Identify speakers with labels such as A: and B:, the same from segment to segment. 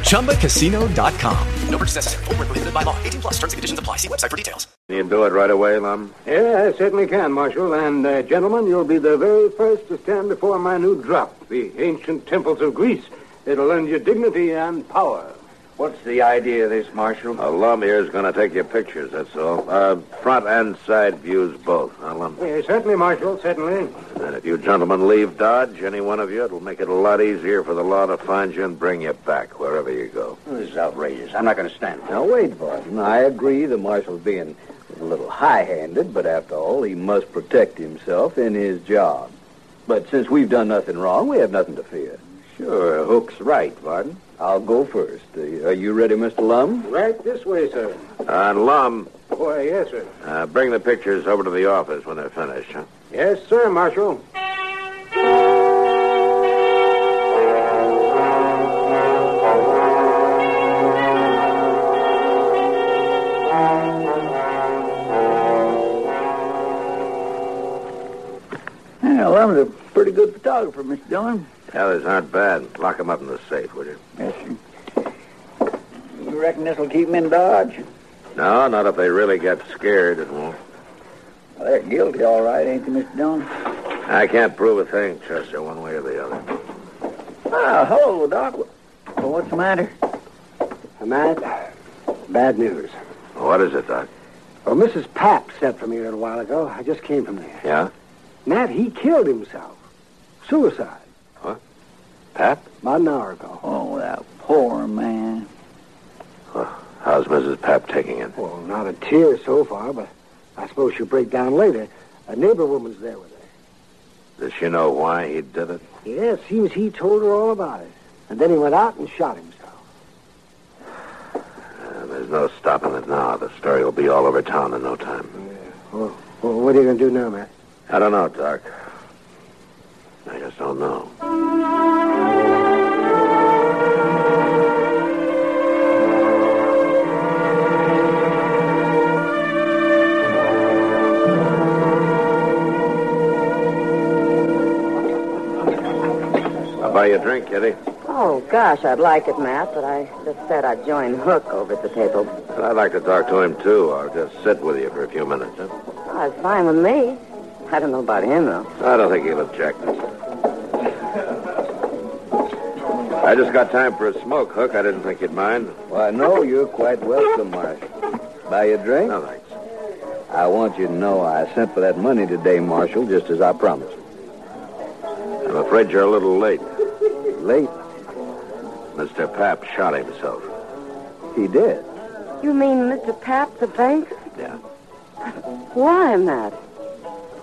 A: ChumbaCasino.com.
B: No purchase necessary. Void were prohibited by law. 18 plus terms and conditions apply. See website for details.
C: You can do it right away, Lum.
D: Yeah, I certainly can, Marshal. And, uh, gentlemen, you'll be the very first to stand before my new drop, the ancient temples of Greece. It'll lend you dignity and power.
C: What's the idea of this, Marshal? A lum here's going to take your pictures, that's all. Uh, front and side views both, huh, Lum?
D: Yeah, certainly, Marshal, certainly.
C: And if you gentlemen leave Dodge, any one of you, it'll make it a lot easier for the law to find you and bring you back wherever you go.
E: This is outrageous. I'm not going to stand for it.
C: Now, wait, Barton. I agree the marshal's being a little high-handed, but after all, he must protect himself in his job. But since we've done nothing wrong, we have nothing to fear. Sure, Hook's right, Barton. I'll go first. Uh, are you ready, Mr. Lum?
D: Right this way, sir.
C: Uh, Lum,
D: Why, yes, sir.
C: uh, bring the pictures over to the office when they're finished, huh?
D: Yes, sir, Marshal.
E: Yeah, well, I'm a pretty good photographer, Miss Dillon.
C: The others aren't bad. Lock them up in the safe, will you?
E: Yes, sir. You reckon this will keep 'em in Dodge?
C: No, not if they really get scared, it won't.
E: Well, they're guilty, all right, ain't they, Mr. Dillon?
C: I can't prove a thing, Chester, one way or the other.
E: Ah, hello, Doc. Well, what's the matter?
D: Matt, bad news.
C: What is it, Doc?
D: Well, Mrs. Pap sent for me a little while ago. I just came from there.
C: Yeah?
D: Matt, he killed himself. Suicide.
C: Pat?
D: About an hour ago.
E: Oh, that poor man.
C: How's Mrs. Pap taking it?
D: Well, not a tear so far, but I suppose she'll break down later. A neighbor woman's there with her.
C: Does she know why he did it?
D: Yes, seems he told her all about it. And then he went out and shot himself.
C: Uh, there's no stopping it now. The story will be all over town in no time.
D: Well, well what are you going to do now, Matt?
C: I don't know, Doc. I just don't know. I'll buy you a drink, Kitty.
F: Oh, gosh, I'd like it, Matt, but I just said I'd join Hook over at the table.
C: And I'd like to talk to him, too. I'll just sit with you for a few minutes. Huh?
F: Oh, it's fine with me. I don't know about him, though.
C: I don't think he'll object. I just got time for a smoke, Hook. I didn't think you'd mind.
E: Why, no, you're quite welcome, Marshal. Buy you a drink?
C: No, thanks.
E: I want you to know I sent for that money today, Marshal, just as I promised.
C: I'm afraid you're a little late.
E: Late,
C: Mr. Pap shot himself.
E: he did.
F: You mean Mr. Pap, the bank?
C: Yeah.
F: Why, Matt?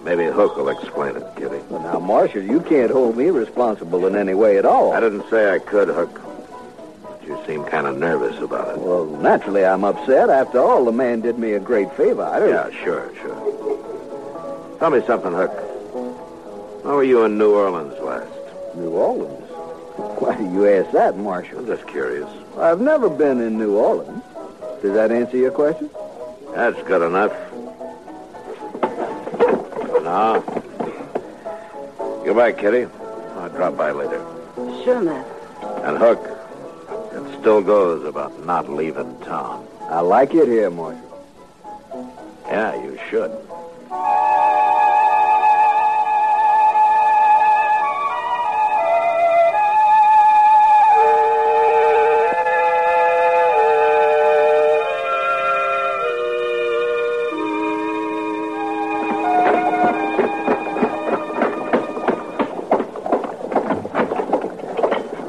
C: Maybe Hook will explain it, Kitty.
E: Well, now, Marshal, you can't hold me responsible in any way at all.
C: I didn't say I could, Hook. But you seem kind of nervous about it.
E: Well, naturally, I'm upset. After all, the man did me a great favor. I don't.
C: Yeah, sure, sure. Tell me something, Hook. How were you in New Orleans last?
E: New Orleans. Why do you ask that,
C: I'm
E: Marshal?
C: just curious.
E: I've never been in New Orleans. Does that answer your question?
C: That's good enough. Now, goodbye, Kitty. I'll drop by later.
F: Sure, Matt.
C: And Hook, it still goes about not leaving town.
E: I like it here, Marshal.
C: Yeah, you should.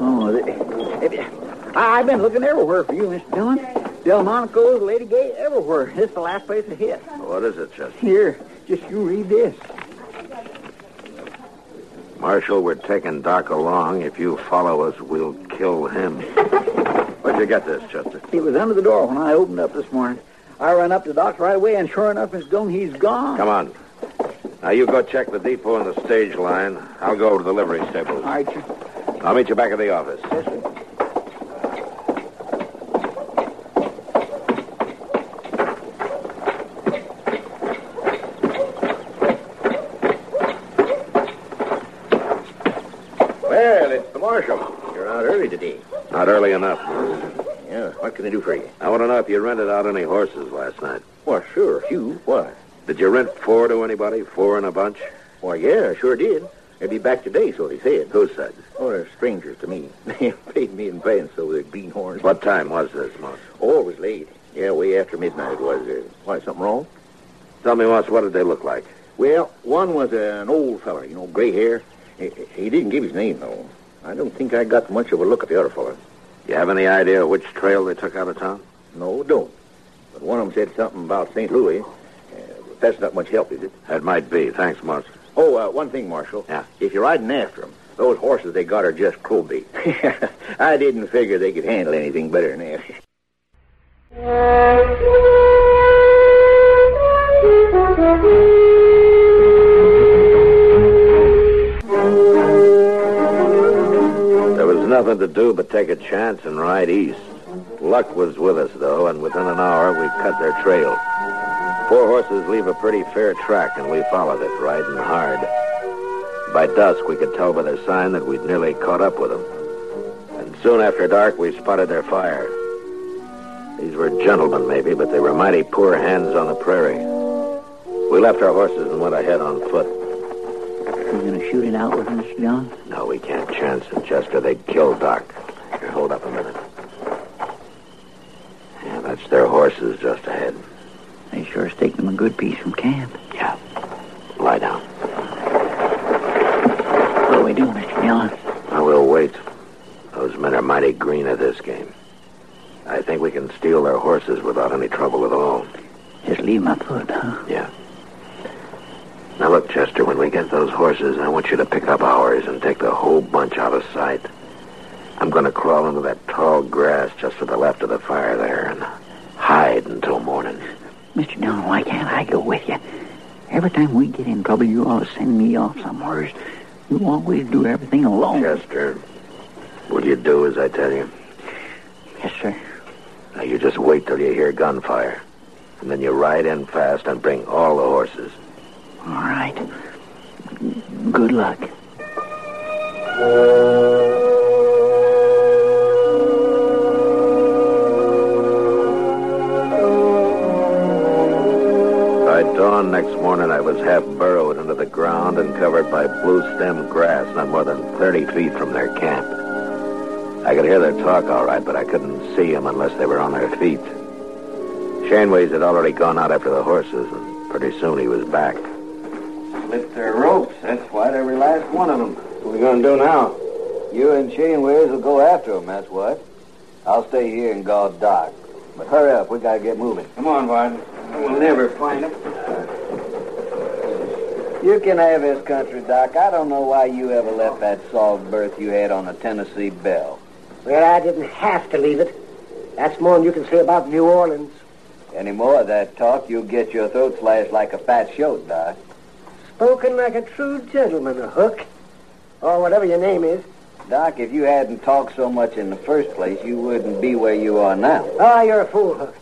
G: Oh, I've been looking everywhere for you, Mr. Dillon. Delmonico's, Lady Gay, everywhere. This is the last place to hit.
C: What is it, Chester?
G: Here, just you read this.
C: Marshal, we're taking Doc along. If you follow us, we'll kill him. Where'd you get this, Chester?
G: It was under the door when I opened up this morning. I run up to the doctor right away, and sure enough, Mr. Dillon, he's gone.
C: Come on. Now, you go check the depot and the stage line. I'll go to the livery stables.
G: All right, you.
C: I'll meet you back at the office.
G: Yes, sir.
E: Well, it's the marshal. You're out early today.
C: Not early enough.
E: Yeah. What can I do for you?
C: I want to know if you rented out any horses last night.
E: Why, sure, a few. Why?
C: Did you rent four to anybody? Four in a bunch?
E: Why, yeah, I sure did. They'll be back today, so they said.
C: Who said?
E: Oh, they're strangers to me. They paid me in advance, so they're greenhorns.
C: What time was this, Marshal?
E: Oh, it was late. Yeah, way after midnight it was. Uh, why, something wrong?
C: Tell me, Marshal, what did they look like?
E: Well, one was uh, an old feller, you know, gray hair. He, he didn't give his name, though. I don't think I got much of a look at the other feller.
C: You have any idea which trail they took out of town?
E: No, don't. But one of them said something about St. Louis. Uh, but that's not much help, is it?
C: That might be. Thanks, Marshal.
E: Oh, uh, one thing, Marshal.
C: Yeah.
E: If you're riding after them, those horses they got are just crow bait. I didn't figure they could handle anything better than that.
C: There was nothing to do but take a chance and ride east. Luck was with us, though, and within an hour we cut their trail. Four horses leave a pretty fair track, and we followed it, riding hard. By dusk, we could tell by their sign that we'd nearly caught up with them. And soon after dark, we spotted their fire. These were gentlemen, maybe, but they were mighty poor hands on the prairie. We left our horses and went ahead on foot.
G: You're going to shoot it out with Mr. Dillon?
C: No, we can't chance it, Chester. They killed Doc. Here, hold up a minute. Yeah, that's their horses just ahead.
G: They sure staked him a good piece from camp.
C: Yeah. Lie down.
G: What do we do, Mr. Dillon?
C: I will wait. Those men are mighty green at this game. I think we can steal their horses without any trouble at all.
G: Just leave my foot, huh?
C: Yeah. Now look, Chester, when we get those horses, I want you to pick up ours and take the whole bunch out of sight. I'm going to crawl into that tall grass just to the left of the fire there and hide until morning.
G: Mr. Dillon, why can't I go with you? Every time we get in trouble, you always send me off somewhere. You always do everything alone.
C: Chester, will you do as I tell you?
G: Yes, sir.
C: Now you just wait till you hear gunfire. And then you ride in fast and bring all the horses.
G: All right. Good luck.
C: By dawn next morning, I was half burrowed into the ground and covered by blue stem grass not more than 30 feet from their camp. I could hear their talk all right, but I couldn't see them unless they were on their feet. Shaneways had already gone out after the horses, and pretty soon he was back.
G: Slipped their ropes. That's why every last one of them. What are we going to do now? You and Shaneways will go after them, that's what. I'll stay here and guard Doc. But hurry up. We got to get moving. Come on, Varden. We'll never find them. You can have this country, Doc. I don't know why you ever left that soft berth you had on the Tennessee Belle.
D: Well, I didn't have to leave it. That's more than you can say about New Orleans.
G: Any more of that talk, you'll get your throat slashed like a fat shoat, Doc.
D: Spoken like a true gentleman, a hook. Or whatever your name is.
G: Doc, if you hadn't talked so much in the first place, you wouldn't be where you are now.
D: Ah, you're a fool, Hook.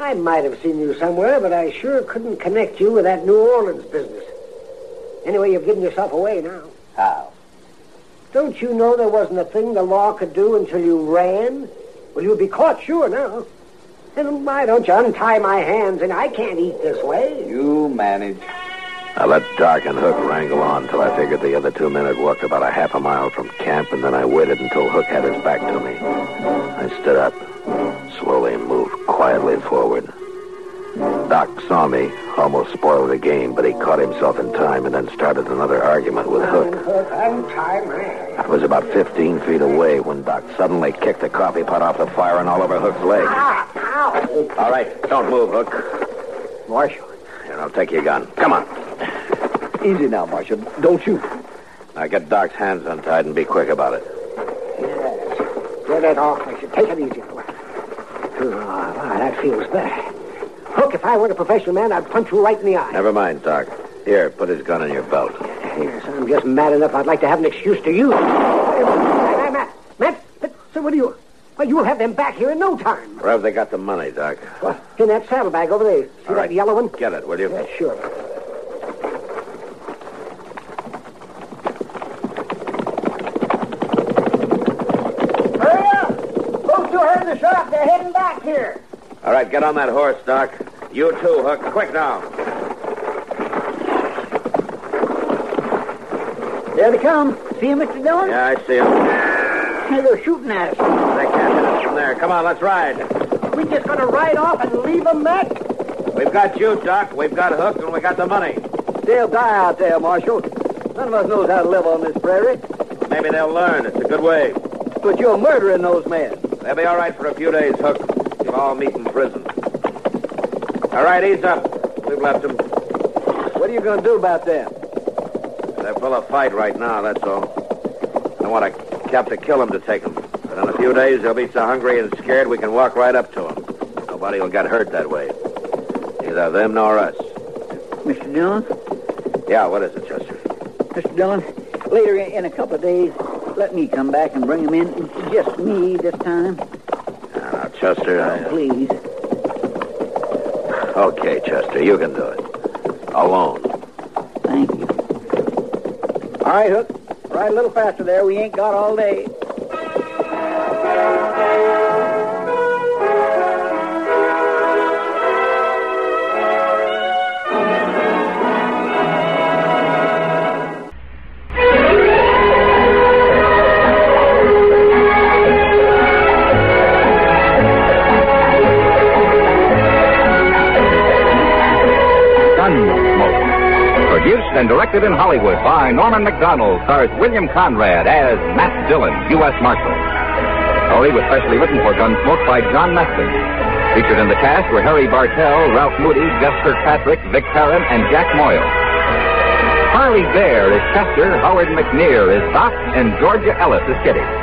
D: I might have seen you somewhere, but I sure couldn't connect you with that New Orleans business. Anyway, you've given yourself away now.
G: How?
D: Don't you know there wasn't a thing the law could do until you ran? Well, you'll be caught sure now. Then why don't you untie my hands? And I can't eat this way.
G: You manage.
C: I let Doc and Hook wrangle on till I figured the other two men had walked about a half a mile from camp, and then I waited until Hook had his back to me. I stood up, slowly moved quietly forward. Doc saw me, almost spoiled the game, but he caught himself in time and then started another argument with Hook.
D: Untie my hand.
C: I was about 15 feet away when Doc suddenly kicked the coffee pot off the fire and all over Hook's leg.
D: Ah, ow.
C: All right, don't move, Hook.
G: Marshal,
C: And I'll take your gun. Come on.
G: easy now, Marshal. Don't shoot.
C: Now get Doc's hands untied and be quick about it.
D: Yes. Get it off. I should take it easy. Ah, wow, that feels better. Hook, if I were a professional man, I'd punch you right in the eye.
C: Never mind, Doc. Here, put his gun in your belt.
D: Yes, I'm just mad enough I'd like to have an excuse to use it. Matt, Matt, Matt, Matt, so what do you... Well, you'll have them back here in no time.
C: Where have they got the money, Doc?
D: Well, in that saddlebag over there. See that
C: right.
D: yellow one?
C: Get it, will you?
D: Yeah, sure.
G: Hurry up! Folks who heard the shot, they're heading back here.
C: All right, get on that horse, Doc. You too, Hook. Quick now.
G: There they come. See you, Mr. Dillon?
C: Yeah, I see him.
G: They're shooting at us.
C: They can't hit us from there. Come on, let's ride.
G: We just gonna ride off and leave them, Matt?
C: We've got you, Doc. We've got Hook, and we got the money.
G: They'll die out there, Marshal. None of us knows how to live on this prairie.
C: Maybe they'll learn. It's a good way.
G: But you're murdering those men.
C: They'll be all right for a few days, Hook. We'll all meet in prison. All right, ease up. We've left them.
G: What are you gonna do about them?
C: They're full of fight right now, that's all. I want a cap to kill them to take them. But in a few days, they'll be so hungry and scared we can walk right up to them. Nobody will get hurt that way. Neither them nor us.
G: Mr. Dillon?
C: Yeah, what is it, Chester?
G: Mr. Dillon, later in in a couple of days, let me come back and bring them in. Just me this time.
C: Now, now, Uh, Chester, I...
G: Oh, please.
C: Okay, Chester, you can do it. Alone.
G: Thank you. All right, Hook. Ride a little faster there. We ain't got all day.
H: Gunsmoke. Produced and directed in Hollywood by Norman McDonald, stars William Conrad as Matt Dillon, U.S. Marshal. Story was specially written for Gunsmoke by John Meston. Featured in the cast were Harry Bartell, Ralph Moody, Jeff Kirkpatrick, Vic Perrin, and Jack Moyle. Harley Bear is Chester, Howard McNear is Doc, and Georgia Ellis is Kitty.